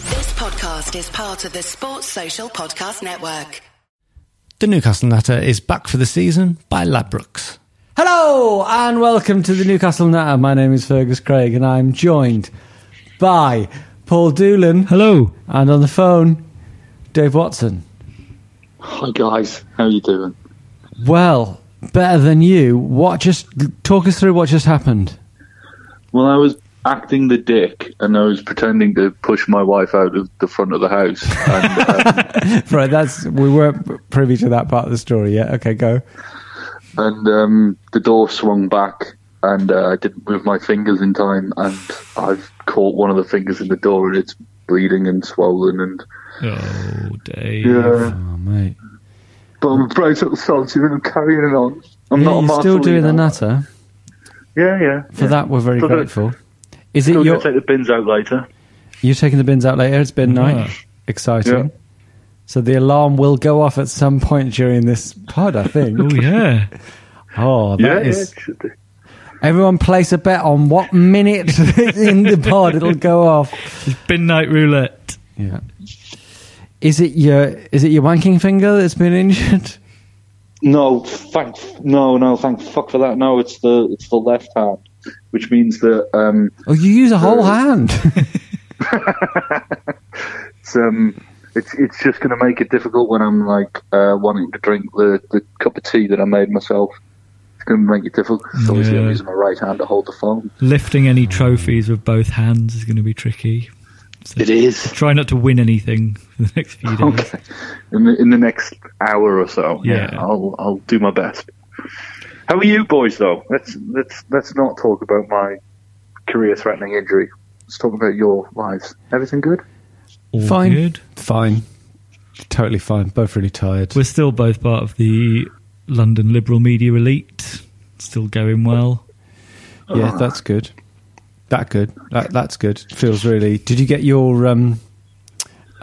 podcast is part of the Sports Social Podcast Network. The Newcastle Nutter is back for the season by Labrooks. Hello and welcome to the Newcastle Natter. My name is Fergus Craig and I'm joined by Paul Doolan. Hello. And on the phone, Dave Watson. Hi guys, how you doing? Well, better than you. What just talk us through what just happened? Well, I was acting the dick and I was pretending to push my wife out of the front of the house. And, um, Right, that's we weren't privy to that part of the story yet. Okay, go. and um, the door swung back and uh, I didn't move my fingers in time and I've caught one of the fingers in the door and it's bleeding and swollen and Oh, Dave. yeah. Oh mate. But I'm a brave little soldier and I'm carrying it on. I'm Yeah, not a you're still marshal doing the now. natter. Yeah, yeah. For that we're very Still doing- grateful. Is it Still your gonna take the bins out later. You're taking the bins out later. It's bin night. Exciting. Yeah. So the alarm will go off at some point during this pod, I think. yeah. oh, Yeah, that is. yeah, it should do. Everyone place a bet on what minute in the pod it'll go off. It's bin night roulette. Yeah. Is it your is it your wanking finger that's been injured? No, thank no, no, thank fuck for that. No, it's the it's the left hand, which means that um, Or you use a whole Uh, hand? it's um, it's it's just going to make it difficult when I'm like uh, wanting to drink the, the cup of tea that I made myself. It's going to make it difficult. 'cause Obviously, I'm Yeah. using my right hand to hold the phone. Lifting any trophies with both hands is going to be tricky. It is Try not to win anything for the next few days. okay. In the, in the next hour or so, yeah, Yeah. I'll I'll do my best. How are you, boys? Though let's let's let's not talk about my career-threatening injury. Let's talk about your lives. Everything good? All Fine. good. fine. Totally fine. Both really tired. We're still both part of the London liberal media elite. Still going well. Yeah, that's good. That good. That, that's good. Feels really. Did you get your um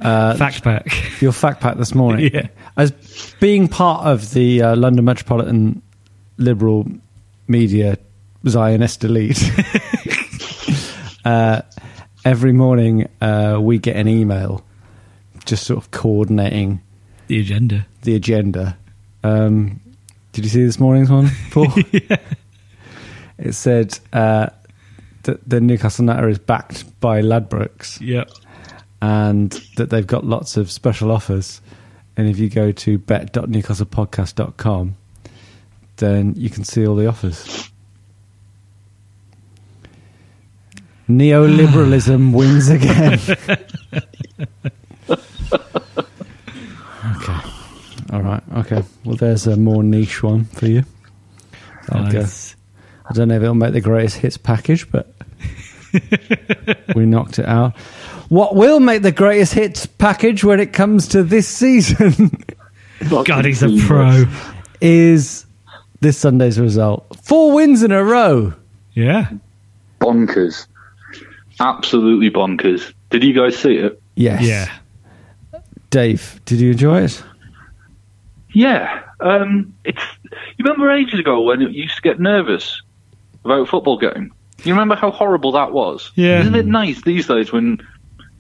Fact pack. your fact pack this morning. Yeah. As being part of the uh, London Metropolitan Liberal Media Zionist elite, uh, every morning uh, we get an email just sort of coordinating The agenda. the agenda. Um, did you see this morning's one, Paul? It said uh, that the Newcastle Natter is backed by Ladbrokes Yep. and that they've got lots of special offers. And if you go to bet.newcastlepodcast.com, then you can see all the offers. Neoliberalism wins again. okay. All right. Okay. Well, there's a more niche one for you. That'll go. Nice. I don't know if it'll make the greatest hits package, but we knocked it out. What will make the greatest hits package when it comes to this season God, he's a pro. is this Sunday's result. Four wins in a row. Yeah. bonkers. Absolutely bonkers. Did you guys see it? Yes. Yeah. Dave, did you enjoy it? Yeah. Um, it's you remember ages ago when you used to get nervous about a football game. You remember how horrible that was? Yeah. Isn't it nice these days when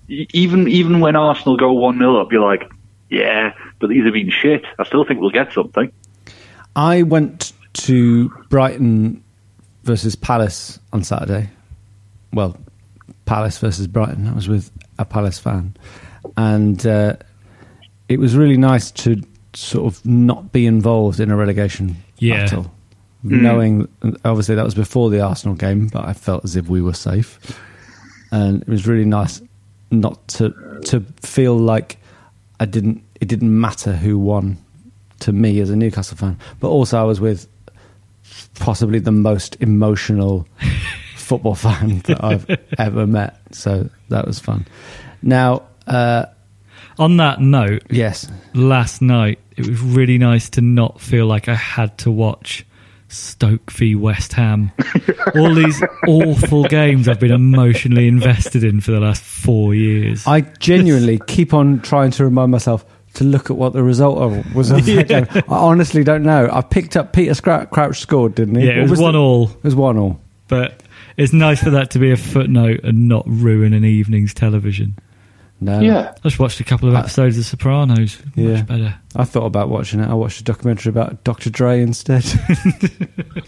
e- even even when Arsenal go one 0 up, you're like, yeah, but these have been shit. I still think we'll get something. I went to Brighton versus Palace on Saturday. Well, Palace versus Brighton. I was with a Palace fan, and uh, it was really nice to sort of not be involved in a relegation Yeah. battle. Knowing, obviously, that was before the Arsenal game, but I felt as if we were safe, and it was really nice not to to feel like I didn't. It didn't matter who won to me as a Newcastle fan, but also I was with possibly the most emotional football fan that I've ever met. So that was fun. Now, uh, On that note, yes, last night, it was really nice to not feel like I had to watch Stoke v West Ham. All these awful games I've been emotionally invested in for the last four years. I genuinely keep on trying to remind myself to look at what the result of was. Of that game. I honestly don't know. I picked up Peter Scrou- Crouch scored, didn't he? yeah, What it was, the- one all, It was one all. but it's nice for that to be a footnote and not ruin an evening's television. No. yeah. I just watched a couple of episodes of Uh, Sopranos. Yeah. Much better. I thought about watching it. I watched a documentary about Dr. Dre instead.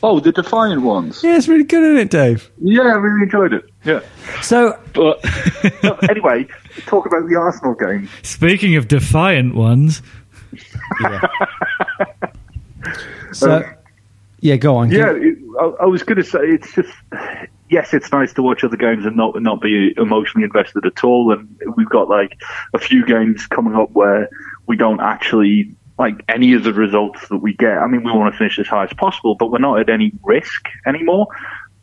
Oh, the Defiant ones. yeah, it's really good, isn't it, Dave? Yeah, I really enjoyed it. Yeah. So, But anyway, talk about the Arsenal game. Speaking of defiant ones, so Um, yeah, go on. Yeah, Give- it, I, I was going to say it's just yes, it's nice to watch other games and not not be emotionally invested at all. And we've got like a few games coming up where we don't actually like any of the results that we get. I mean, we want to finish as high as possible, but we're not at any risk anymore.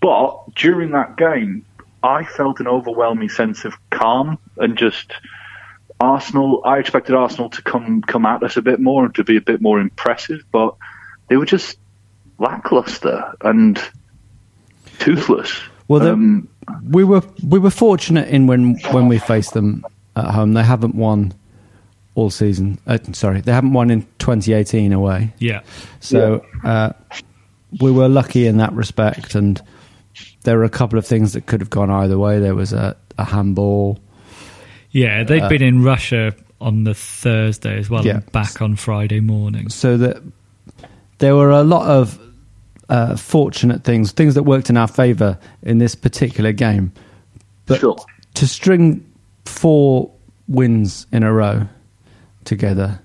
But during that game, I felt an overwhelming sense of calm and just. Arsenal, I expected Arsenal to come come at us a bit more and to be a bit more impressive, but they were just lackluster and toothless. Well, the- Um, we were we were fortunate in when when we faced them at home. They haven't won all season. Uh, sorry, they haven't won in 2018 away. yeah. So uh, we were lucky in that respect, and there were a couple of things that could have gone either way. There was a, a handball. Yeah, they had been in Russia on the Thursday as well Uh, Yeah. and back on Friday morning. so that there were a lot of uh, fortunate things, things that worked in our favour in this particular game. But Sure. to string four wins in a row together,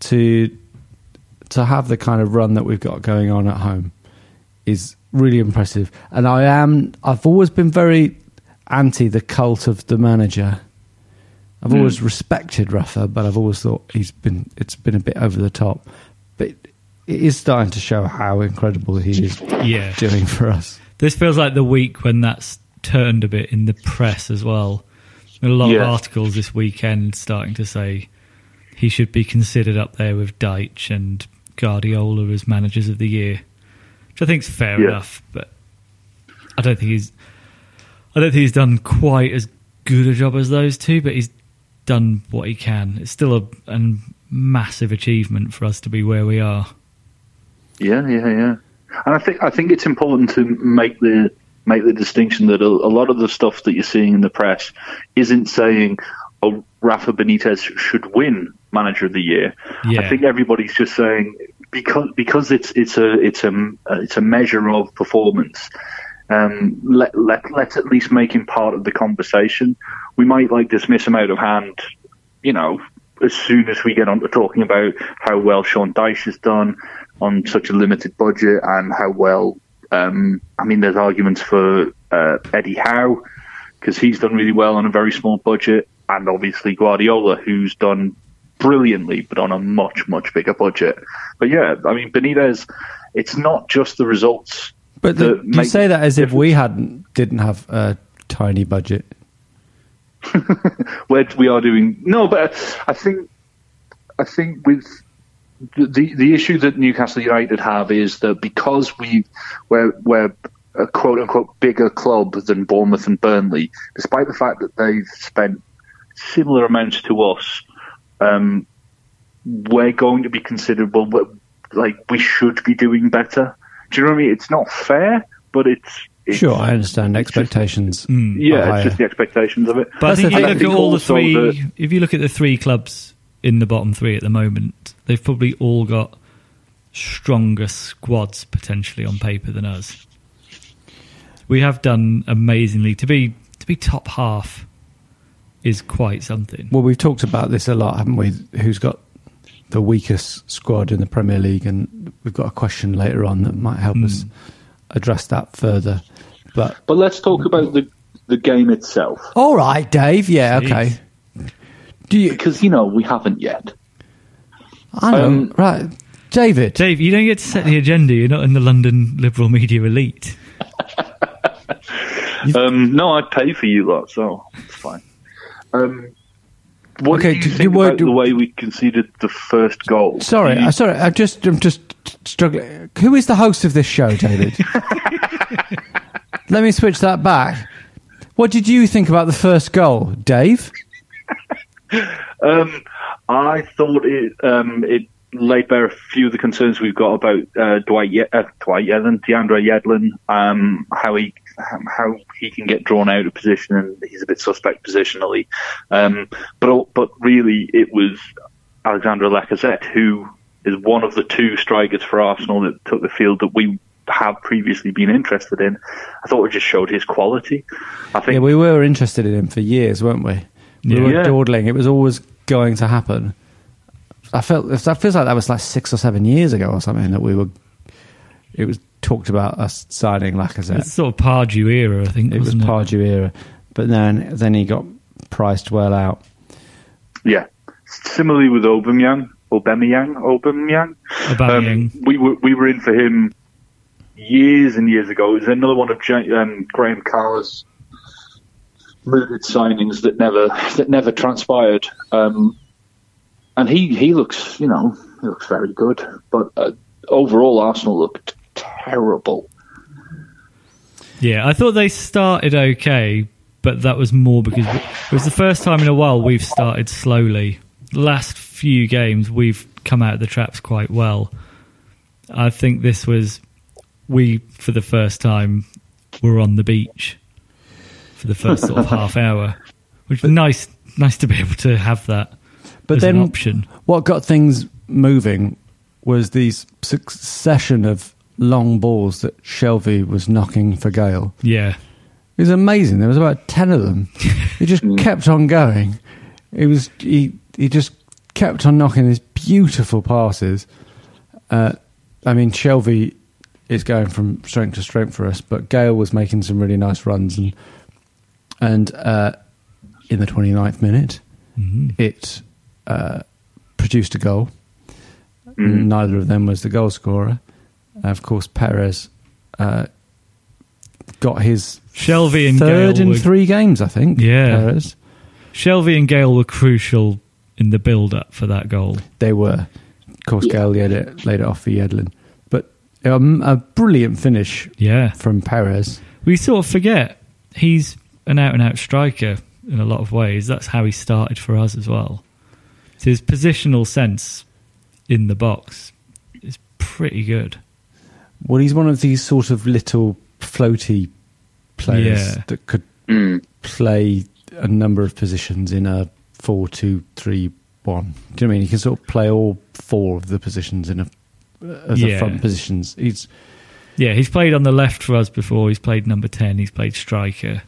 to to have the kind of run that we've got going on at home is really impressive. And I am I've always been very anti the cult of the manager. I've always respected Rafa, but I've always thought he's been it's been a bit over the top. But it is starting to show how incredible he is Yeah. doing for us. This feels like the week when that's turned a bit in the press as well. A lot Yeah. of articles this weekend starting to say he should be considered up there with Deitch and Guardiola as managers of the year, which I think's fair Yeah. enough. But I don't think he's, I don't think he's done quite as good a job as those two. But he's done what he can. It's still a, a massive achievement for us to be where we are. yeah, yeah, yeah. And I think I think it's important to make the make the distinction that a, a lot of the stuff that you're seeing in the press isn't saying, "Oh, Rafa Benitez should win Manager of the Year." Yeah. I think everybody's just saying because because it's it's a it's a it's a measure of performance. Um, let let let's at least make him part of the conversation. We might like dismiss him out of hand, you know, as soon as we get on to talking about how well Sean Dyche has done on such a limited budget and how well. Um, I mean, there's arguments for uh, Eddie Howe because he's done really well on a very small budget, and obviously Guardiola, who's done brilliantly, but on a much, much bigger budget. But yeah, I mean, Benitez, it's not just the results. But the, that you make- say that as if we hadn't didn't have a tiny budget. where we are doing no, but I think I think with the- the the issue that Newcastle United have is that because we we're we're a quote unquote bigger club than Bournemouth and Burnley, despite the fact that they've spent similar amounts to us, um, we're going to be considered well, we're- like we should be doing better. Do you know what I mean? It's not fair, but it's, it's Sure, I understand expectations. are Yeah, higher. it's just the expectations of it. But I think the you thing. look at all the Also three. the- If you look at the three clubs in the bottom three at the moment, they've probably all got stronger squads potentially on paper than us. We have done amazingly to be to be top half is quite something. Well, we've talked about this a lot, haven't we? Who's got the weakest squad in the Premier League? And we've got a question later on that might help us Hmm. address that further. But But let's talk about the the game itself all right, Dave. Yeah, Jeez. okay. Do you? because you know we haven't yet. I know, Um, right, David. Dave, you don't get to set the agenda. You're not in the London liberal media elite. Um, no, I'd pay for you lot, so it's fine. Um, what Okay, do you d- think you were- about do- the way we conceded the first goal? Sorry, Do you- I, sorry. I'm just, I'm just struggling. Who is the host of this show, David? Let me switch that back. What did you think about the first goal, Dave? Um, I thought it um, it laid bare a few of the concerns we've got about uh, Dwight Ye- uh, Dwight Yedlin, DeAndre Yedlin, um, how he how he can get drawn out of position, and he's a bit suspect positionally. Um, but but really, it was Alexandre Lacazette who is one of the two strikers for Arsenal that took the field that we have previously been interested in. I thought it just showed his quality. I think Yeah, we were interested in him for years, weren't we? We Yeah. were Yeah. dawdling. It was always going to happen. I felt that feels like that was like six or seven years ago or something that we were. It was talked about us signing It's Lacazette. sort of Pardew era, I think. It was wasn't Pardew era, but then then he got priced well out. Yeah. Similarly with Aubameyang, Aubameyang, Aubameyang. Aubameyang. Um, we were we were in for him years and years ago. It was another one of Ja- um, Graham Carr's mooted signings that never that never transpired. Um, and he he looks you know he looks very good, but uh, overall Arsenal looked terrible. Yeah, I thought they started okay, but that was more because it was the first time in a while we've started slowly. Last few games we've come out of the traps quite well. I think this was we for the first time were on the beach for the first sort of half hour, which was nice. Nice to be able to have that. But as then, an option. what got things moving was the succession of long balls that Shelby was knocking for Gale. Yeah, It was amazing. There was about ten of them. He just kept on going. It was he. He just kept on knocking these beautiful passes. Uh, I mean, Shelby is going from strength to strength for us, but Gale was making some really nice runs and and uh, in the 29th minute, it uh, produced a goal. Neither of them was the goal scorer. of course, Perez uh, got his Shelby and third Gale in were- three games, I think. Yeah. Perez. Shelby and Gale were crucial in the build-up for that goal. They were. Of course, Gale laid it, laid it off for Yedlin. But um, a brilliant finish Yeah, from Perez. we sort of forget he's an out and out striker in a lot of ways. That's how he started for us as well. So his positional sense in the box is pretty good. Well, he's one of these sort of little floaty players Yeah. that could Mm. play a number of positions in a four-two-three-one. Do you know what I mean? He can sort of play all four of the positions in a as Yeah. a front positions. He's Yeah, he's played on the left for us before. He's played number 10, he's played striker.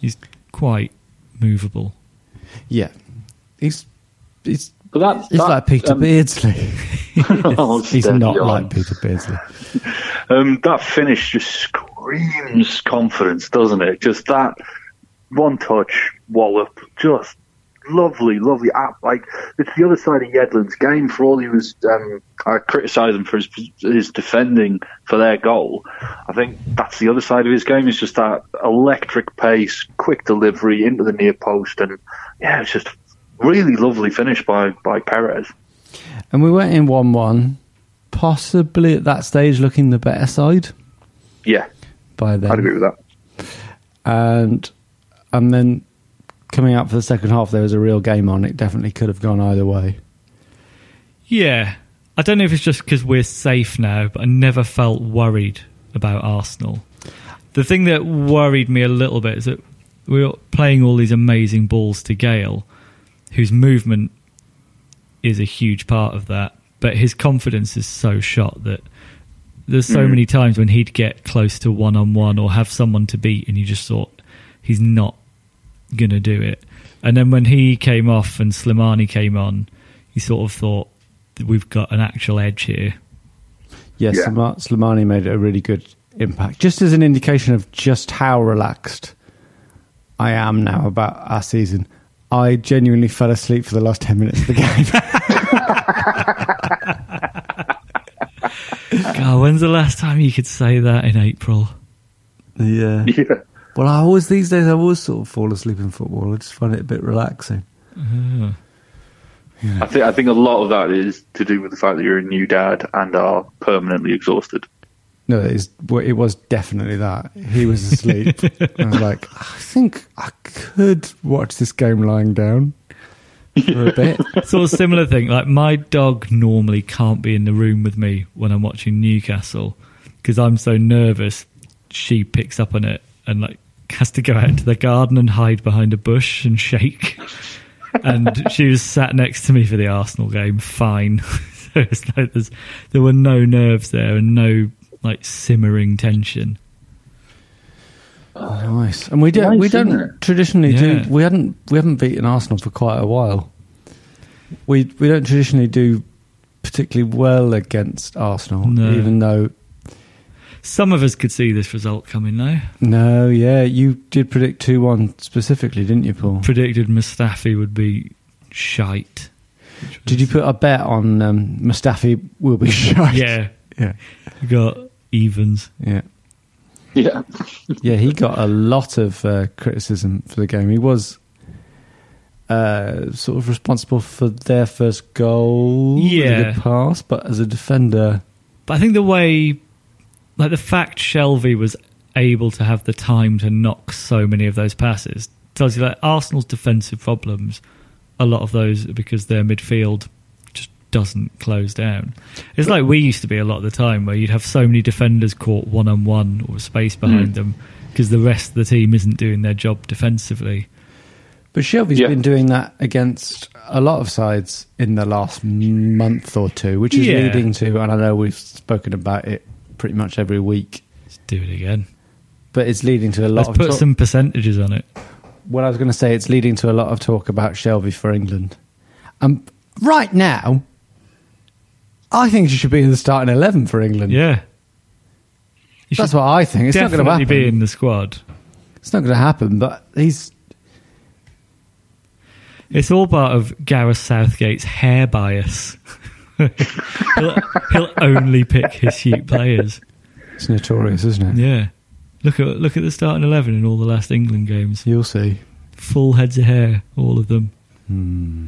He's quite movable. yeah, he's he's But that, he's that, like Peter um, Beardsley. oh, he's steady not on. like Peter Beardsley. Um, that finish just screams confidence, doesn't it? Just that one touch wallop, just lovely, lovely. app. Like it's the other side of Yedlin's game. For all he was, um, I criticise him for his his defending for their goal. I think that's the other side of his game. Is just that electric pace, quick delivery into the near post, and yeah, it's just really lovely finish by by Perez. And we went in one-one, possibly at that stage looking the better side Yeah, by then. I'd agree with that. and and then coming out for the second half, there was a real game on. It definitely could have gone either way. Yeah. I don't know if it's just because we're safe now, but I never felt worried about Arsenal. The thing that worried me a little bit is that we were playing all these amazing balls to Gale, whose movement is a huge part of that, but his confidence is so shot that there's so many times when he'd get close to one on one or have someone to beat, and you just thought he's not going to do it. And then when he came off and Slimani came on, you sort of thought we've got an actual edge here. Yes, Yeah. yeah. Slimani made a really good impact, just as an indication of just how relaxed I am now about our season. I genuinely fell asleep for the last ten minutes of the game. God, when's the last time you could say that in April? yeah. Yeah. Well, I always these days I always sort of fall asleep in football. I just find it a bit relaxing. I think I think a lot of that is to do with the fact that you're a new dad and are permanently exhausted. No, it, is, well, it was definitely that. He was asleep. I was like, I think I could watch this game lying down for a bit. sort of similar thing. Like my dog normally can't be in the room with me when I'm watching Newcastle because I'm so nervous. She picks up on it and like has to go out into the garden and hide behind a bush and shake. And she was sat next to me for the Arsenal game, fine. so it's like there's, there were no nerves there and no like simmering tension. Nice. And we don't Nice, we isn't don't it? traditionally do Yeah. we hadn't we haven't beaten Arsenal for quite a while. We we don't traditionally do particularly well against Arsenal, No. even though Some of us could see this result coming though. no, yeah, you did predict two one specifically, didn't you, Paul? Predicted Mustafi would be shite. which Did you was- put a bet on um, Mustafi will be shot? Yeah, yeah, you got evens. yeah, Yeah. yeah. He got a lot of uh, criticism for the game. He was uh, sort of responsible for their first goal. with a Yeah. good pass, but as a defender, But I think the way, like the fact Shelby was able to have the time to knock so many of those passes tells you that Arsenal's defensive problems, a lot of those are because their midfield just doesn't close down. It's like we used to be a lot of the time where you'd have so many defenders caught one on one or space behind them because the rest of the team isn't doing their job defensively. But Shelby's Yeah. been doing that against a lot of sides in the last month or two, which is Yeah. leading to, and I know we've spoken about it pretty much every week, Let's do it again. but it's leading to a lot Let's of put talk. some percentages on it. what I was going to say, it's leading to a lot of talk about Shelby for England. And right now, I think she should be in the starting 11 for England. Yeah. You That's should what I think. It's not going to definitely happen. be in the squad. It's not going to happen, but he's. It's all part of Gareth Southgate's hair bias. he'll, he'll only pick his sheep players. It's notorious, isn't it? Yeah. Look at look at the starting eleven in all the last England games. You'll see. Full heads of hair, all of them. Hmm.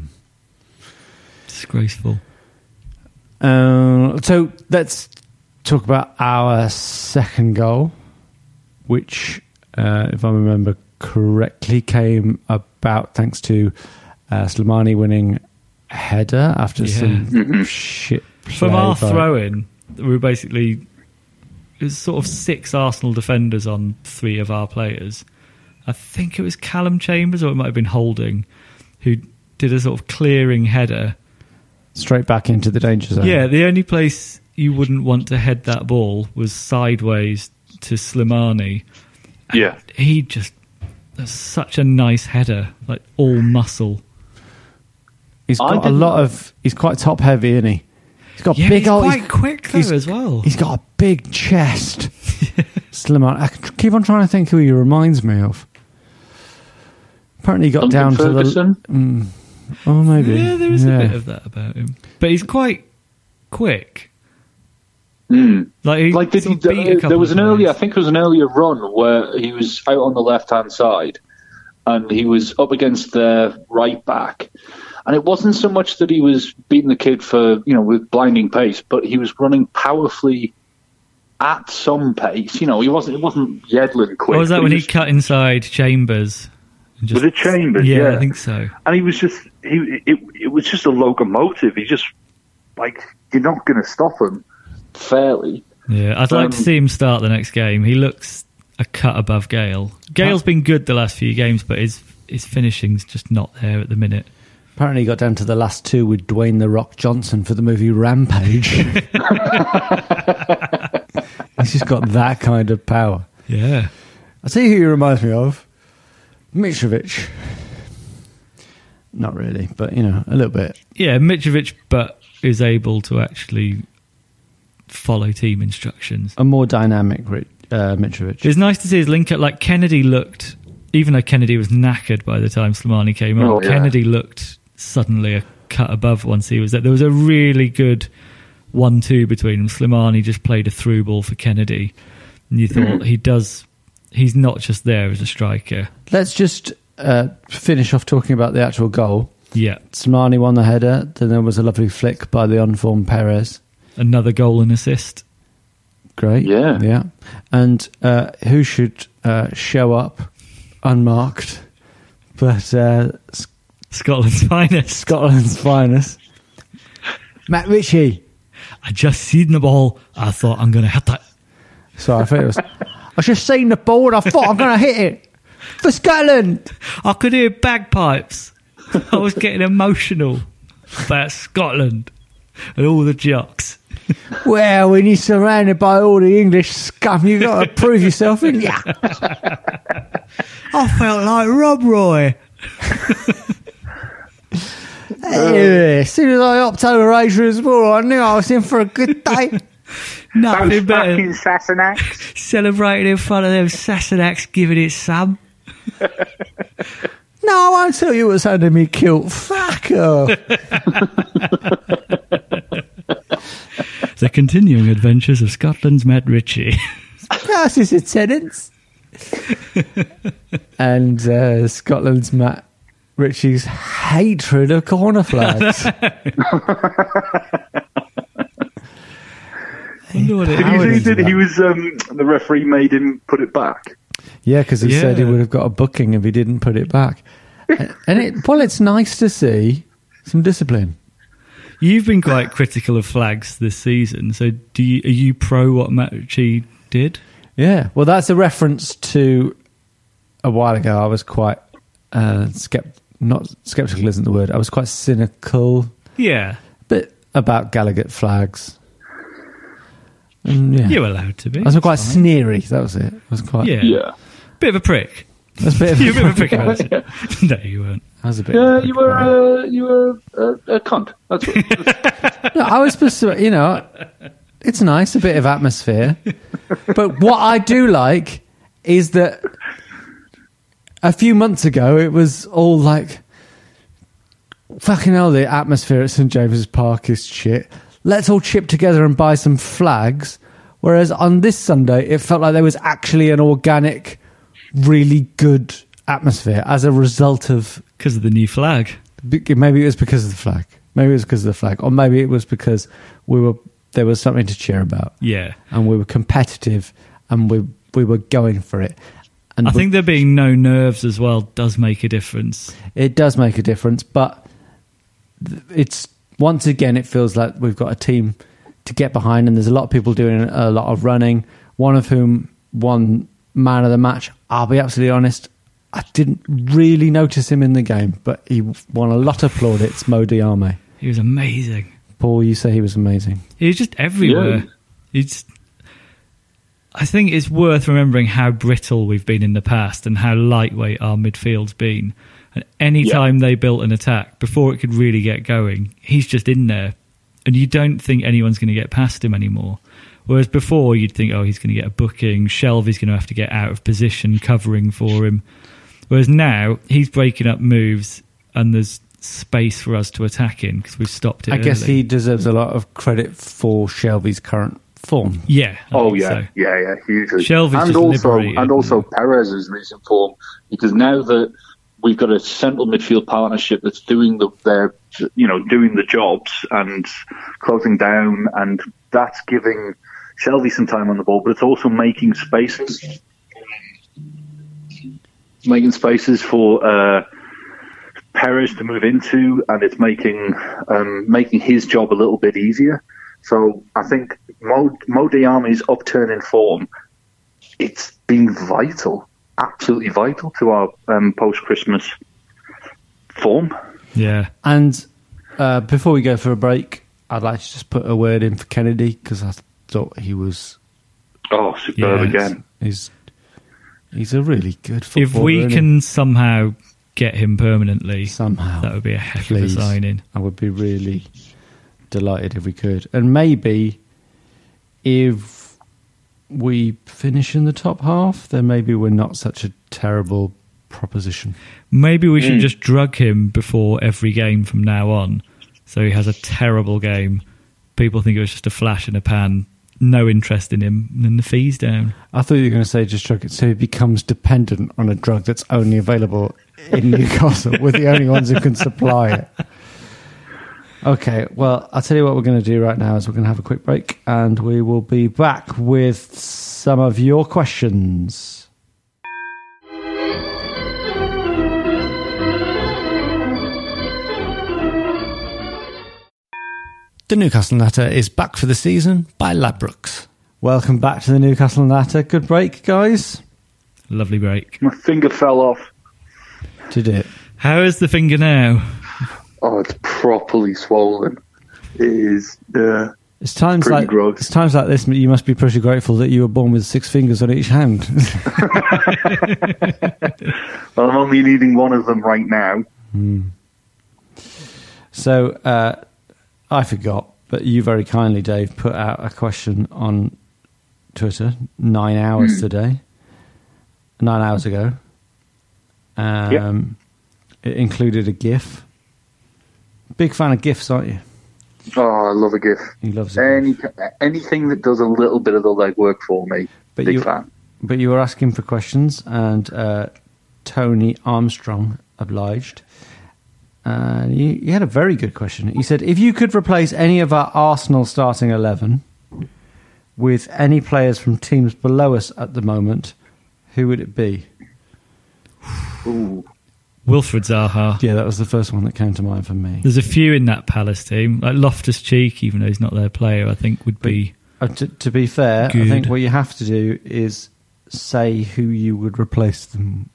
Disgraceful. Um, so let's talk about our second goal, which, uh, if I remember correctly, came about thanks to uh, Slimani winning a header after Yeah. Mm-hmm. some shit play From our by- throw in, we were basically it was sort of six Arsenal defenders on three of our players. I think it was Callum Chambers or it might have been Holding who did a sort of clearing header straight back into the danger zone. Yeah, the only place you wouldn't want to head that ball was sideways to Slimani. Yeah. He just that's such a nice header, like all muscle. he's I got a didn't- lot of. He's quite top heavy, isn't he? He's got Yeah, big he's old. quite quick though he's- as well. he's got a big chest. Slimani. I can- keep on trying to think who he reminds me of. Apparently, he got Duncan down to the Ferguson? Oh, maybe. Yeah, there is Yeah. a bit of that about him, but he's quite quick. Like, he Hmm. like did he, sort of beat a couple there was of an earlier I players. think it was an earlier run where he was out on the left hand side and he was up against their right back and it wasn't so much that he was beating the kid for you know with blinding pace but he was running powerfully at some pace you know he wasn't it wasn't Yedlin quick Or was Oh, that but when he was- cut inside Chambers? and just- Was it Chambers? Yeah, Yeah. I think so. and he was just he it, it was just a locomotive. He just like you're not going to stop him. fairly Yeah, I'd like to Um, see him start the next game. He looks a cut above Gale. Gale's been good the last few games, but his his finishing's just not there at the minute. Apparently, he got down to the last two with Dwayne the Rock Johnson for the movie Rampage. He's just got that kind of power. Yeah, I see who he reminds me of Mitrovic. Not really, but you know, a little bit. yeah, Mitrovic, but is able to actually follow team instructions. A more dynamic Ri- uh, Mitrovic. It's nice to see his link up. Like Kennedy looked, even though Kennedy was knackered by the time Slimani came on, Oh, yeah. Kennedy looked suddenly a cut above once he was there. There was a really good one-two between them. Slimani just played a through ball for Kennedy, and you Mm-hmm. thought he does. He's not just there as a striker. Let's just uh, finish off talking about the actual goal. Yeah, Smani won the header. Then there was a lovely flick by the unformed Perez. another goal and assist. Great. Yeah. Yeah. And uh, who should uh, show up unmarked but uh, S- Scotland's finest. Scotland's finest? Matt Ritchie. I just seen the ball. I thought I'm going to hit that. Sorry, I thought it was. I just seen the ball and I thought I'm going to hit it for Scotland. I could hear bagpipes. I was getting emotional about Scotland and all the jocks. Well, when you're surrounded by all the English scum, you've got to prove yourself, in ya? I felt like Rob Roy. Anyway, as soon as I opted over Adrian's ball, I knew I was in for a good day. Nothing better. fucking Sassenach. Celebrating in front of them Sassanacs giving it some. No, I won't tell you what's under me kilt. Fuck off. The continuing adventures of Scotland's Matt Ritchie. passes his tenants. and uh, Scotland's Matt Ritchie's hatred of corner flags. Wonder what it Did Howard you is see that about- he was um, the referee made him put it back? yeah, because he said he Yeah. would have got a booking if he didn't put it back. And and it, well, it's nice to see some discipline. You've been quite critical of flags this season, so do you, are you pro what Matt Ritchie did? Yeah, well, that's a reference to a while ago. I was quite uh, skept, not skeptical isn't the word. I was quite cynical, Yeah, but about Gallagher flags. And, yeah, you're allowed to be. I was quite sneery. That was it. I was quite. yeah. Yeah. bit of a prick. I was a bit of, You're a bit of a prick about it. no, you weren't. I was a bit. Yeah, of a you prick were about uh, you were uh, a cunt. That's what. it. No, I was supposed to. You know, it's nice a bit of atmosphere, but what I do like is that a few months ago it was all like, "Fucking hell, the atmosphere at St James's Park is shit. Let's all chip together and buy some flags." Whereas on this Sunday, it felt like there was actually an organic, really good atmosphere as a result of Because of the new flag. Be- maybe it was because of the flag. Maybe it was because of the flag, or maybe it was because we were there was something to cheer about, Yeah. and we were competitive, and we we were going for it. And I we- think there being no nerves as well does make a difference. it does make a difference, but th- it's once again it feels like we've got a team to get behind, and there's a lot of people doing a lot of running. One of whom won man of the match. I'll be absolutely honest. I didn't really notice him in the game, but he won a lot of plaudits. Mo Diame. He was amazing. Paul, you say he was amazing. He was just everywhere. It's. I think it's worth remembering how brittle we've been in the past and how lightweight our midfield's been. And any Yeah. time they built an attack, before it could really get going, he's just in there. And you don't think anyone's going to get past him anymore. Whereas before, you'd think, oh, he's going to get a booking. Shelby's going to have to get out of position, covering for him. Whereas now, he's breaking up moves and there's space for us to attack in because we've stopped it. I guess early. he deserves a lot of credit for Shelby's current form. Yeah. I Oh think yeah, so. yeah, yeah, hugely. Shelby's and just also, liberated. and also Perez is losing form because now that we've got a central midfield partnership that's doing the their, You know, doing the jobs and closing down, and that's giving Shelby some time on the ball, but it's also making spaces, making spaces for uh, Perez to move into, and it's making um, making his job a little bit easier. So I think Mo, Mo Diami's upturn in form, it's been vital, absolutely vital to our um, post Christmas form. Yeah. And uh, before we go for a break, I'd like to just put a word in for Kennedy because I thought he was Oh, superb Yeah, again. he's he's a really good footballer. If we isn't he? can somehow get him permanently, somehow, that would be a heck please, of a signing. I would be really delighted if we could, and maybe if we finish in the top half, then maybe we're not such a terrible proposition. Maybe we Mm. should just drug him before every game from now on, so he has a terrible game. People think it was just a flash in a pan. No interest in him, and then the fees down. I thought you were going to say just drug it so he becomes dependent on a drug that's only available in Newcastle. We're the only ones who can supply it. Okay, well, I'll tell you what we're going to do right now is we're going to have a quick break and we will be back with some of your questions. The Newcastle Nutter is back for the season by Labrooks. Welcome back to the Newcastle Natter. Good break, guys. Lovely break. My finger fell off. Did it? How is the finger now? Oh, it's properly swollen. It is. Uh, It's times Pretty like gross. it's times like this. that You must be pretty grateful that you were born with six fingers on each hand. well, I'm only needing one of them right now. So uh, I forgot, but you very kindly, Dave, put out a question on Twitter nine hours today, nine hours ago. Um, It included a GIF. Big fan of GIFs, aren't you? Oh, I love a GIF. He loves a Any, GIF. anything that does a little bit of the legwork for me. But big you- fan. But you were asking for questions, and uh, Tony Armstrong obliged. And you, you had a very good question. He said, If you could replace any of our Arsenal starting 11 with any players from teams below us at the moment, who would it be? Ooh. Wilfred Zaha. Yeah, that was the first one that came to mind for me. There's a few in that Palace team, like Loftus Cheek, even though he's not their player, I think would be. Uh, to, to be fair, I Good. think what you have to do is say who you would replace them.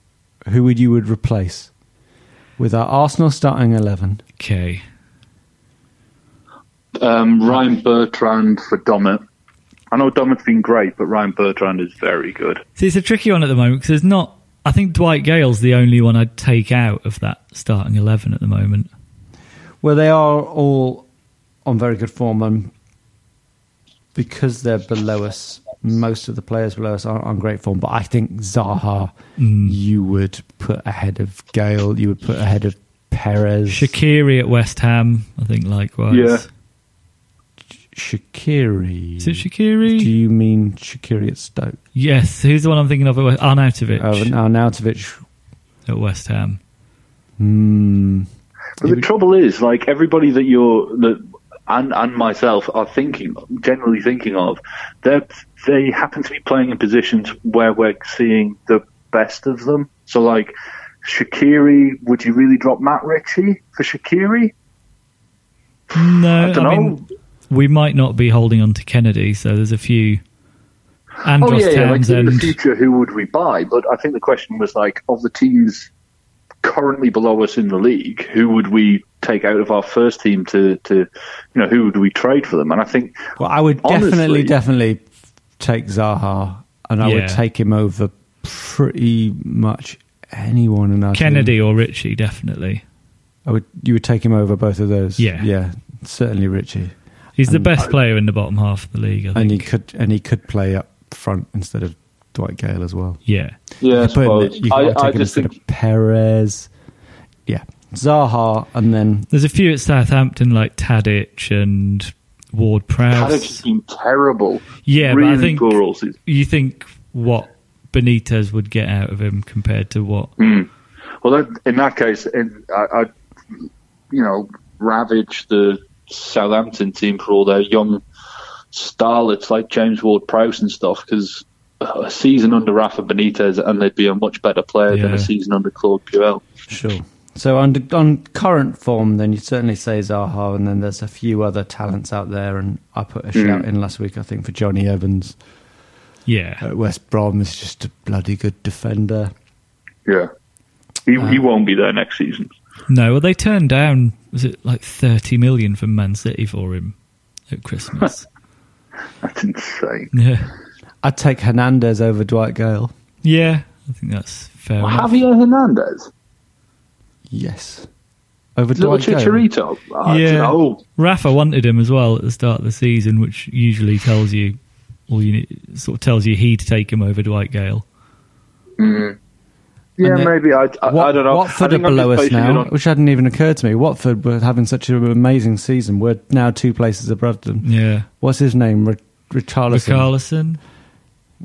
Who would you would replace with our Arsenal starting 11? Okay. Um, Ryan Bertrand for Domit. I know Domit's been great, but Ryan Bertrand is very good. See, it's a tricky one at the moment because there's not. I think Dwight Gale's the only one I'd take out of that starting 11 at the moment. Well, they are all on very good form, and because they're below us, most of the players below us aren't on great form. But I think Zaha, Hmm. you would put ahead of Gale, you would put ahead of Perez, Shakiri at West Ham, I think likewise. Yeah. Shakiri. Is it Shakiri? Do you mean Shakiri at Stoke? Yes. Who's the one I'm thinking of? At West- Arnautovic Oh, Arnautovic. at West Ham. Hmm. But the trouble is, like everybody that you're that and and myself are thinking, generally thinking of, they they happen to be playing in positions where we're seeing the best of them. So like Shakiri, would you really drop Matt Ritchie for Shakiri? No, I don't know. mean, we might not be holding on to Kennedy, so there's a few. And oh Ross yeah, yeah, like in Townsend. the future, who would we buy? But I think the question was like of the teams currently below us in the league, who would we take out of our first team to to you know who would we trade for them? And I think Well, I would definitely, Honestly- definitely take Zaha, and I Yeah. would take him over pretty much anyone in our team. Kennedy or Ritchie, definitely. I would. You would take him over both of those. Yeah. yeah, certainly Richie, He's the And- best player in the bottom half of the league, I and he think. could and he could play up front instead of Dwight Gale as well. yeah. Yeah, I You could put him- suppose. you could I, take I him just instead think of Perez. Yeah, Zaha, and then There's a few at Southampton, like Tadic and Ward Paddock has Prowse. been terrible. Yeah, really but I think poor all season. you think what Benitez would get out of him compared to what. Well, that, in that case, in, I, I, you know, ravage the Southampton team for all their young starlets like James Ward Prowse and stuff because a season under Rafa Benitez and they'd be a much better player than Yeah. a season under Claude Puel. Sure. So on on current form, then you'd certainly say Zaha, and then there's a few other talents out there. And I put a Mm. shout in last week, I think, for Johnny Evans Yeah. at West Brom. Is just a bloody good defender. yeah. He, he won't be there next season. No, well, they turned down, was it like 30 million from Man City for him at Christmas? That's insane. yeah. I'd take Hernandez over Dwight Gale. Yeah, I think that's fair enough. Javier Hernandez, Yes, over little Dwight Gale. Chicharito. I Yeah. don't know. Rafa wanted him as well at the start of the season, which usually tells you, or you need, sort of tells you he'd take him over Dwight Gale. Yeah, And then- maybe. I, I, I Wat- don't know. Watford I are think I'm below just us basing it now, on- which hadn't even occurred to me. Watford were having such an amazing season. We're now two places above them. Yeah. What's his name? Ri- Richarlison. Carlison.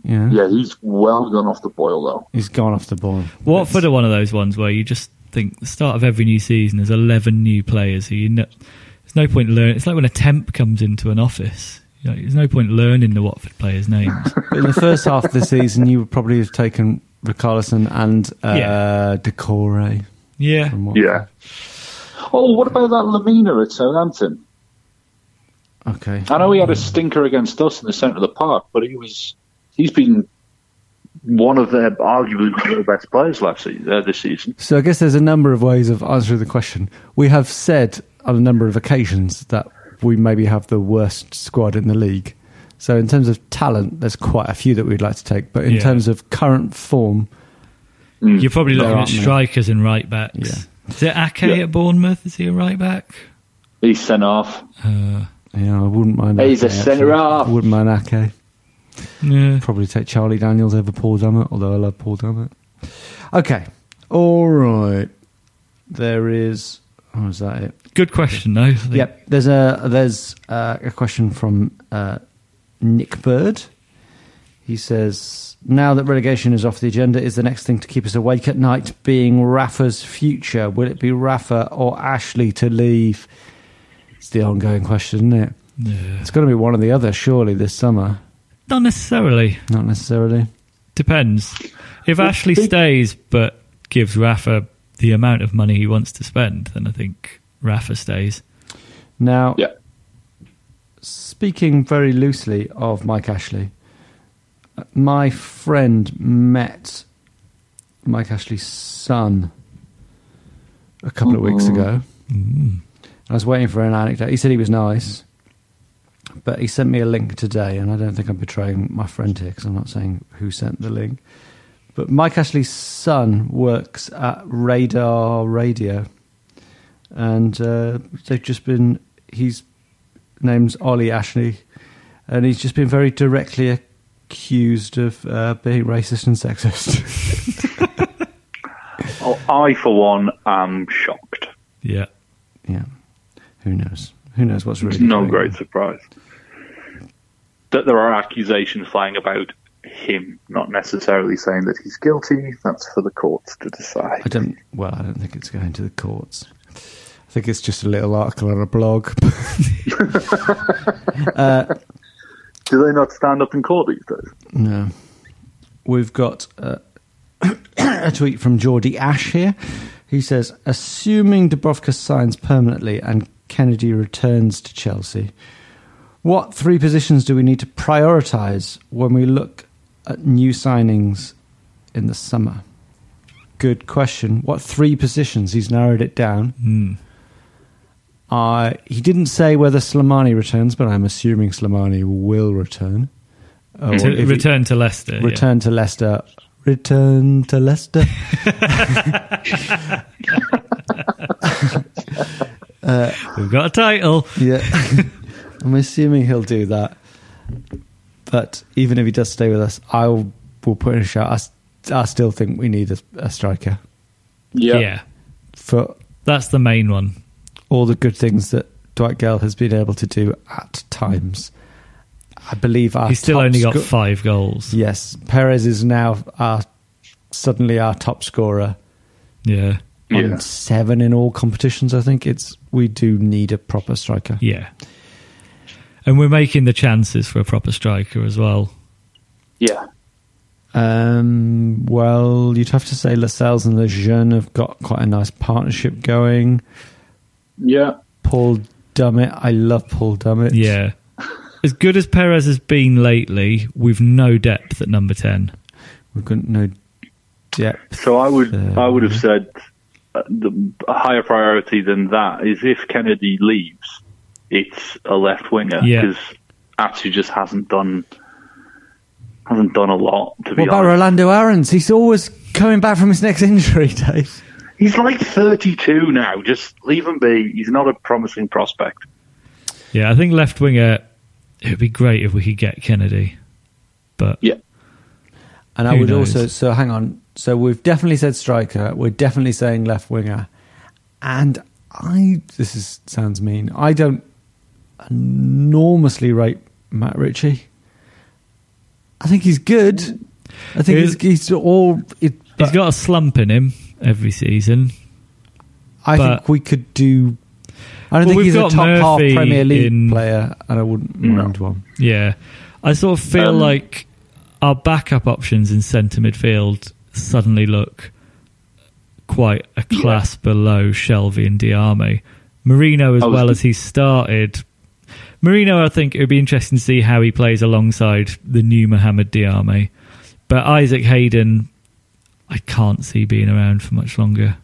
yeah. Yeah, he's well gone off the boil though. he's gone off the ball. Watford are one of those ones where you just think the start of every new season there's 11 new players who you know. There's no point learning. It's like when a temp comes into an office. You know, there's no point learning the Watford players' names. But in the first half of the season, you would probably have taken Ricarlison and uh, Yeah. Decore. yeah. From what? Yeah. Oh, what about that Lamina at Southampton? Okay. I know he had a stinker against us in the centre of the park, but he was he's been One of their arguably one of their best players last season, uh, this season. So I guess there's a number of ways of answering the question. We have said on a number of occasions that we maybe have the worst squad in the league. So in terms of talent, there's quite a few that we'd like to take, but in Yeah. terms of current form, You're probably Mm. There looking at aren't many. strikers and right backs. Yeah. Is it Ake Yeah. at Bournemouth? Is he a right back? he's sent off. Uh, you know, I wouldn't mind. He's Ake, a centre actually. half. Wouldn't mind Ake. yeah. Probably take Charlie Daniels over Paul Dummett, although I love Paul Dummett. Okay, all right. There is. Oh, is that it? Good question, though. I think. Yep. There's a there's uh, a question from uh, Nick Bird. He says, "Now that relegation is off the agenda, is the next thing to keep us awake at night being Rafa's future? Will it be Rafa or Ashley to leave?" It's the ongoing question, isn't it? Yeah. It's going to be one or the other, surely this summer. Not necessarily. Not necessarily. Depends. If Ashley big- stays but gives Rafa the amount of money he wants to spend, then I think Rafa stays. Now, Yeah. speaking very loosely of Mike Ashley, uh, my friend met Mike Ashley's son a couple of weeks ago. I was waiting for an anecdote. He said he was nice, but he sent me a link today, and I don't think I'm betraying my friend here because I'm not saying who sent the link. But Mike Ashley's son works at Radar Radio, and uh, they've just been. He's name's Ollie Ashley, and he's just been very directly accused of uh, being racist and sexist. Oh, I, for one, am shocked. Yeah. yeah, who knows? Who knows what's really? It's no going great on. surprise that there are accusations flying about him, not necessarily saying that he's guilty. That's for the courts to decide. I don't. Well, I don't think it's going to the courts. I think it's just a little article on a blog. Do they not stand up in court these days? No. We've got uh, a tweet from Geordie Ash here. He says, assuming Dubrovka signs permanently and Kennedy returns to Chelsea, what three positions do we need to prioritise when we look at new signings in the summer? Good question. What three positions? He's narrowed it down. Uh, he didn't say whether Slimani returns, but I'm assuming Slimani will return. Uh, To- or if he- return to Leicester. yeah. Return to Leicester. Return to Leicester. We've got a title. yeah. I'm assuming he'll do that. But even if he does stay with us, I will will put in a shout. I, s- I still think we need a, a striker Yeah. Yeah. for That's the main one. all the good things that Dwight Gale has been able to do at times. I believe our He's still top only got sco- five goals. Yeah. Yes, Perez is now our suddenly our top scorer. Yeah. Yeah. On seven in all competitions, I think it's we do need a proper striker. And we're making the chances for a proper striker as well. Yeah. Um, well, you'd have to say Lascelles and Lejeune have got quite a nice partnership going. Yeah. Paul Dummett, I love Paul Dummett. Yeah. As good as Perez has been lately, we've no depth at number 10. we've got no depth. So I would, Uh, I would have said uh, the a higher priority than that is if Kennedy leaves, it's a left winger Yeah. because Atsu just hasn't done hasn't done a lot to be What about honest. Rolando Aarons? He's always coming back from his next injury, Dave. He's like 32 now. Just leave him be. He's not a promising prospect. Yeah, I think left winger, it would be great if we could get Kennedy. But Yeah. And I Who would knows? also so hang on. So we've definitely said striker. We're definitely saying left winger. And I this is sounds mean. I don't enormously rate Matt Ritchie. I think he's good. I think He's- he's, he's all. It, he's got a slump in him every season. I but- think we could do. I don't Well, think we've he's a got top half Murphy Premier League in- player, and I wouldn't No. mind one. Yeah. I sort of feel Um, like our backup options in centre midfield suddenly look quite a class below Shelby and Diarme. Marino, as I was well g- as he started, Marino, I think it would be interesting to see how he plays alongside the new Mohamed Diame. But Isaac Hayden, I can't see being around for much longer.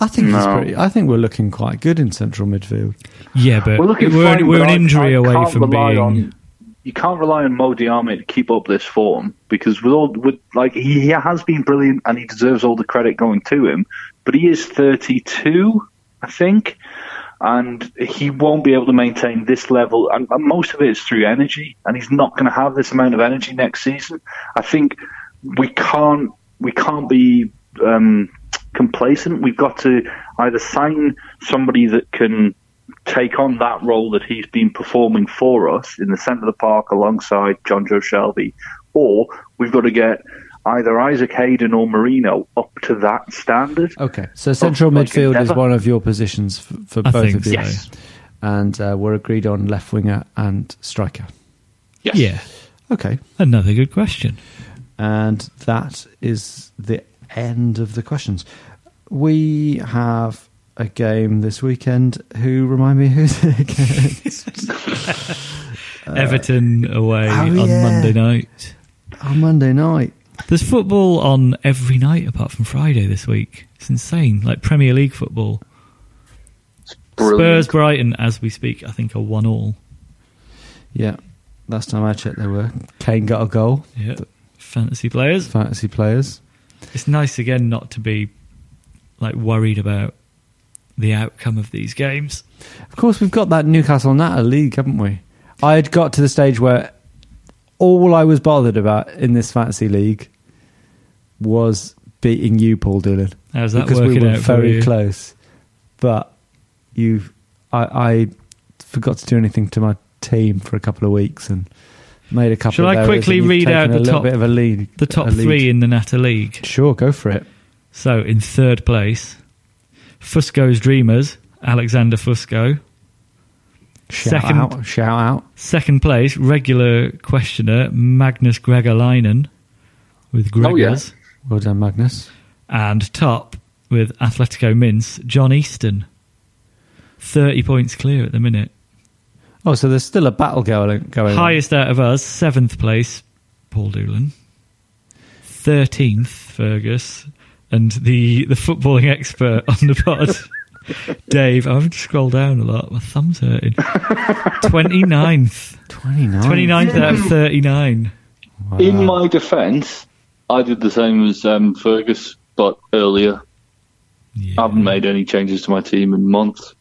I think he's No. pretty. I think we're looking quite good in central midfield. Yeah, We're but we're, looking we're, fine, an but I- injury I away can't from rely being. on- you can't rely on Mo Diarmi to keep up this form because with all with like he, he has been brilliant and he deserves all the credit going to him, but he is 32, I think, and he won't be able to maintain this level. And, and most of it is through energy, and he's not going to have this amount of energy next season. I think we can't we can't be um, complacent. We've got to either sign somebody that can take on that role that he's been performing for us in the centre of the park alongside John Joe Shelby, or we've got to get either Isaac Hayden or Marino up to that standard. Okay, so central like midfield is endeavour? one of your positions for, for I both think of you, so. Yes. and uh, we're agreed on left winger and striker. Yes. Yeah, Okay, another good question. and that is the end of the questions. We have a game this weekend. Who remind me who's it against? Everton away Uh, oh, on yeah. Monday night. on Monday night. There's football on every night apart from Friday this week. It's insane, like Premier League football. Brilliant. Spurs Brighton, as we speak, I think are one all. Yeah, last time I checked, they were. Kane got a goal. Yeah, fantasy players. Fantasy players. It's nice again not to be like worried about the outcome of these games. Of course, we've got that Newcastle Natter League, haven't we? I had got to the stage where all I was bothered about in this fantasy league was beating you, Paul Doolan. How's that because working we were out for very you? close, but you, I, I forgot to do anything to my team for a couple of weeks and made a couple. Shall of I errors quickly and you've read taken out a the little top- bit of a lead? The top a lead. three in the Natter League. Sure, go for it. So in third place, Fusco's Dreamers, Alexander Fusco. Shout Second- out! Shout out! Second place, regular questioner Magnus Gregorlinen with Oh, yeah. Gregors. Well done, Magnus. And top with Atletico Mince, John Easton. 30 points clear at the minute. Oh, so there's still a battle going going. on. Highest out of us, seventh place, Paul Doolan. 13th, Fergus. And the, the footballing expert on the pod, Dave. I haven't scrolled down a lot. My thumb's hurting. 29th. 29. 29th out of 39. In my defence, I did the same as um, Fergus, but earlier. I haven't made any changes to my team in months.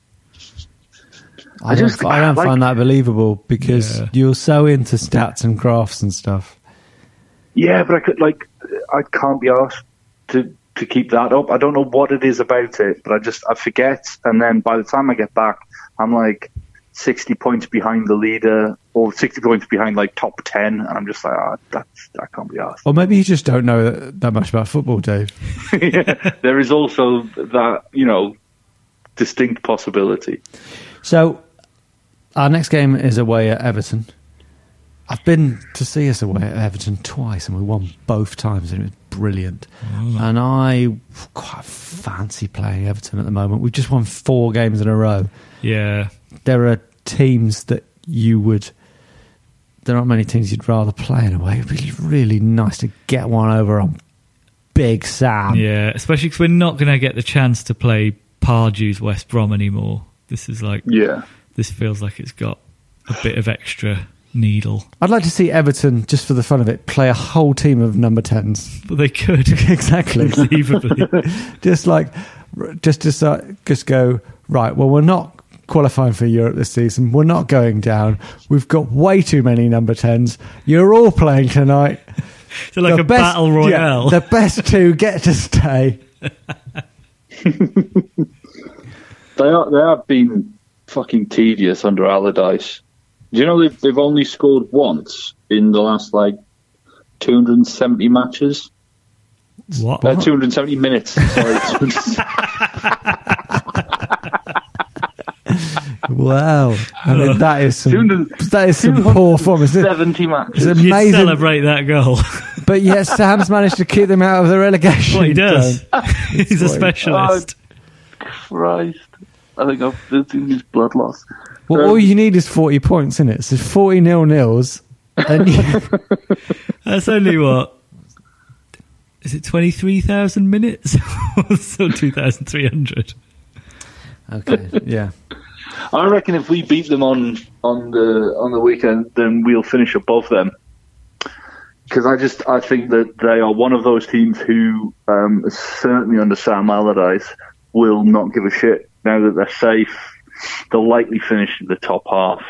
I, don't, just- I don't like- find that believable because Yeah. you're so into stats and graphs and stuff. Yeah, but I could like I can't be asked to to keep that up. I don't know what it is about it, but I just I forget, and then by the time I get back, I'm like sixty points behind the leader or sixty points behind like top ten, and I'm just like, ah, that's I can't be asked. Or maybe you just don't know that, that much about football, Dave. There is also that you know distinct possibility. So, our next game is away at Everton. I've been to see us away at Everton twice, and we won both times, and it was brilliant. And I quite fancy playing Everton at the moment. We've just won four games in a row. Yeah. there are teams that you would. There aren't many teams you'd rather play in a way. It'd be really nice to get one over on Big Sam. Yeah, especially because we're not going to get the chance to play Pardew's West Brom anymore. This is like Yeah. this feels like it's got a bit of extra needle, I'd like to see Everton, just for the fun of it, play a whole team of number 10s. but they could Exactly. conceivably. just like, just decide, just go, right, well, we're not qualifying for Europe this season. We're not going down. We've got way too many number 10s. You're all playing tonight. so like The a best- battle royale. yeah, the best two get to stay. They are they have been fucking tedious under Allardyce. Do you know they've they've only scored once in the last like two hundred and seventy matches? what? Uh, two hundred and seventy minutes. Sorry. Wow, I mean that is some, 200 that is some poor form. It's, Seventy it's matches. You amazing, celebrate that goal. but yet Sam's managed to keep them out of the relegation. what he does. zone. He's a what he- specialist. Christ. I think I've it's his blood loss. Well, Um, all you need is 40 points, in it? So 40 nil nils. And you, That's only what. Is it 23,000 minutes? so 2,300. okay, yeah. I reckon if we beat them on on the on the weekend, then we'll finish above them. Because I just I think that they are one of those teams who um, certainly under Sam Allardyce will not give a shit. Now that they're safe, they'll likely finish in the top half.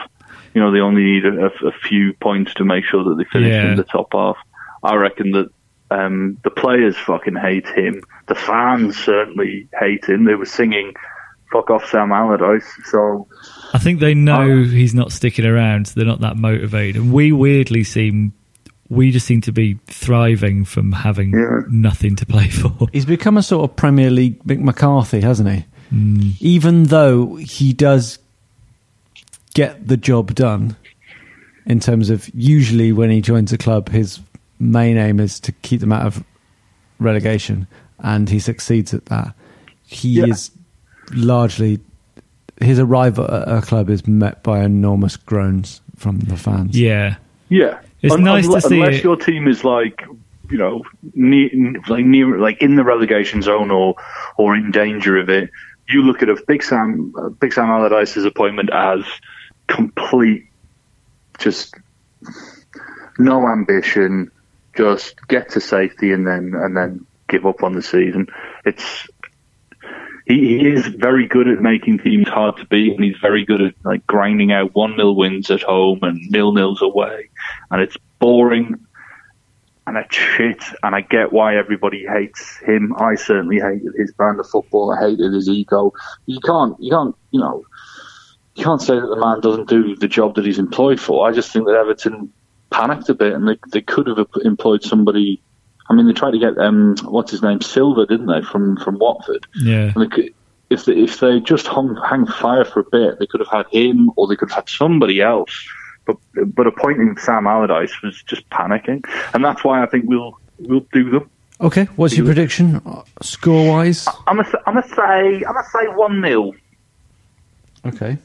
You know, they only need a, a- a few points to make sure that they finish Yeah. in the top half. I reckon that um, the players fucking hate him. The fans certainly hate him. They were singing "fuck off Sam Allardyce." So I think they know Oh. he's not sticking around. so They're not that motivated. And we weirdly seem. We just seem to be thriving from having Yeah. nothing to play for. He's become a sort of Premier League Mick McCarthy, hasn't he? Even though he does get the job done in terms of usually when he joins a club, his main aim is to keep them out of relegation, and he succeeds at that. He Yeah. is largely his arrival at a club is met by enormous groans from the fans. Yeah. Yeah, It's nice to see unless it. your team is like you know near, like near like in the relegation zone or or in danger of it. You look at a Big Sam uh, Big Sam Allardyce's appointment as complete, just no ambition, just get to safety and then and then give up on the season. It's he, he is very good at making teams hard to beat, and he's very good at like grinding out one nil wins at home and nil nils away, and it's boring. And it's shit, and I get why everybody hates him. I certainly hated his brand of football. I hated his ego. you can't you can't you know you can't say that the man doesn't do the job that he's employed for. I just think that Everton panicked a bit and they they could have employed somebody. I mean, they tried to get um what's his name Silver, didn't they, from from Watford? Yeah. And they could, if they, if they just hung hang fire for a bit, they could have had him or they could have had somebody else. But but appointing Sam Allardyce was just panicking, and that's why I think we'll we'll do them. Okay, what's your prediction uh, score wise? I'm gonna I'm gonna say I'm gonna say one 0 Okay.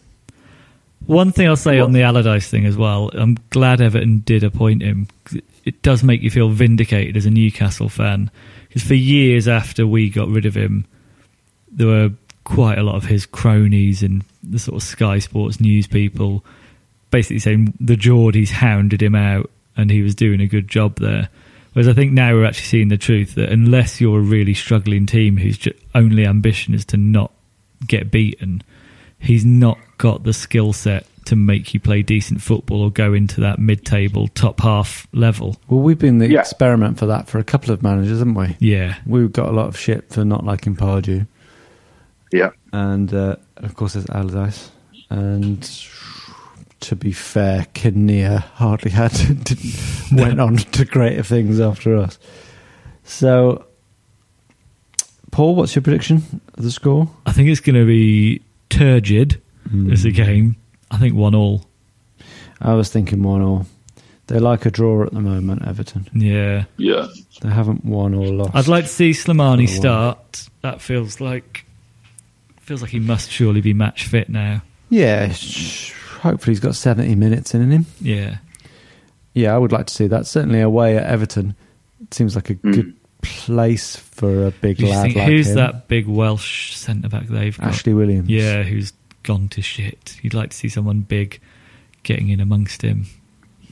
One thing I'll say on the Allardyce thing as well, I'm glad Everton did appoint him. 'cause it- It does make you feel vindicated as a Newcastle fan. Because for years after we got rid of him, there were quite a lot of his cronies and the sort of Sky Sports news people basically saying the Geordies hounded him out and he was doing a good job there. Whereas I think now we're actually seeing the truth that unless you're a really struggling team whose ju- only ambition is to not get beaten, he's not got the skill set to make you play decent football or go into that mid-table top half level. Well, we've been the Yeah. experiment for that for a couple of managers, haven't we? Yeah. We got a lot of shit for not liking Pardew, Yeah, and uh, of course there's Allardyce. And to be fair, Kinnear hardly had didn't, went on to greater things after us. So, Paul, what's your prediction of the score? I think it's going to be turgid as a game. I think one all. I was thinking one all. They like a draw at the moment, Everton. Yeah. Yeah, They haven't won or lost. I'd like to see Slimani Oh, wow. start. That feels like feels like he must surely be match fit now. yeah. Sh- hopefully, he's got seventy minutes in him. Yeah. Yeah, I would like to see that. Certainly away at Everton. It seems like a Hmm. good place for a big You just lad think, like who's him. that big Welsh centre back they've got? Ashley Williams. Yeah, who's gone to shit. You'd like to see someone big getting in amongst him.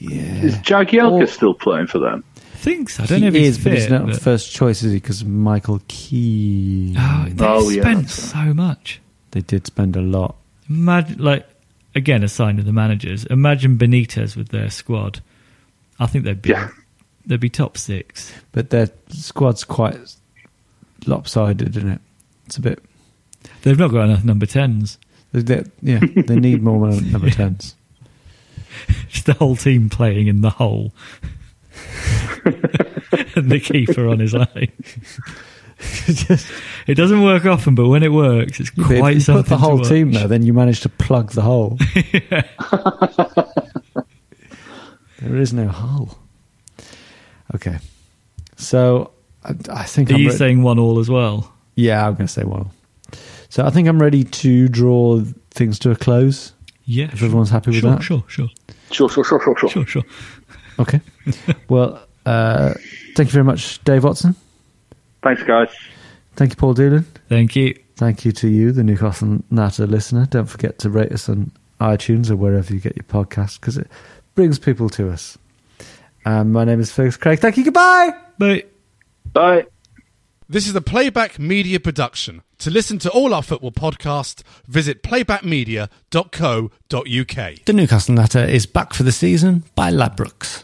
is Yeah. Jagielka Or- still playing for them? Thinks Oh, I don't know if he he's is, but he's fit, not but- first choice, is he? Because Michael Key. Oh, they Oh, yeah, spent that's so much. They did spend a lot. Imagine, like, again, a sign of the managers. Imagine Benitez with their squad. I think they'd be Yeah. they'd be top six. But their squad's quite lopsided, isn't it? It's a bit. They've not got enough number tens. They, they- yeah, they need more number 10s. Just the whole team playing in the hole. and the keeper on his line. it doesn't work often, but when it works, it's But if quite you something. put the to whole watch. team there, then you manage to plug the hole. there is no hole. Okay, so I, I think Are I'm you re- saying one all as well? yeah, I'm going to say one. So I think I'm ready to draw things to a close. Yeah. If everyone's happy with sure, that. Sure, sure, Sure, sure, sure, sure, sure. sure, sure. Okay. well, uh, thank you very much, Dave Watson. Thanks, guys. Thank you, Paul Doolan. Thank you. Thank you to you, the Newcastle Natter listener. Don't forget to rate us on iTunes or wherever you get your podcast because it brings people to us. And my name is Fergus Craig. Thank you. Goodbye. Bye. Bye. This is a Playback Media production. To listen to all our football podcasts, visit playbackmedia.co.uk. The Newcastle Natter is back for the season by Labrooks.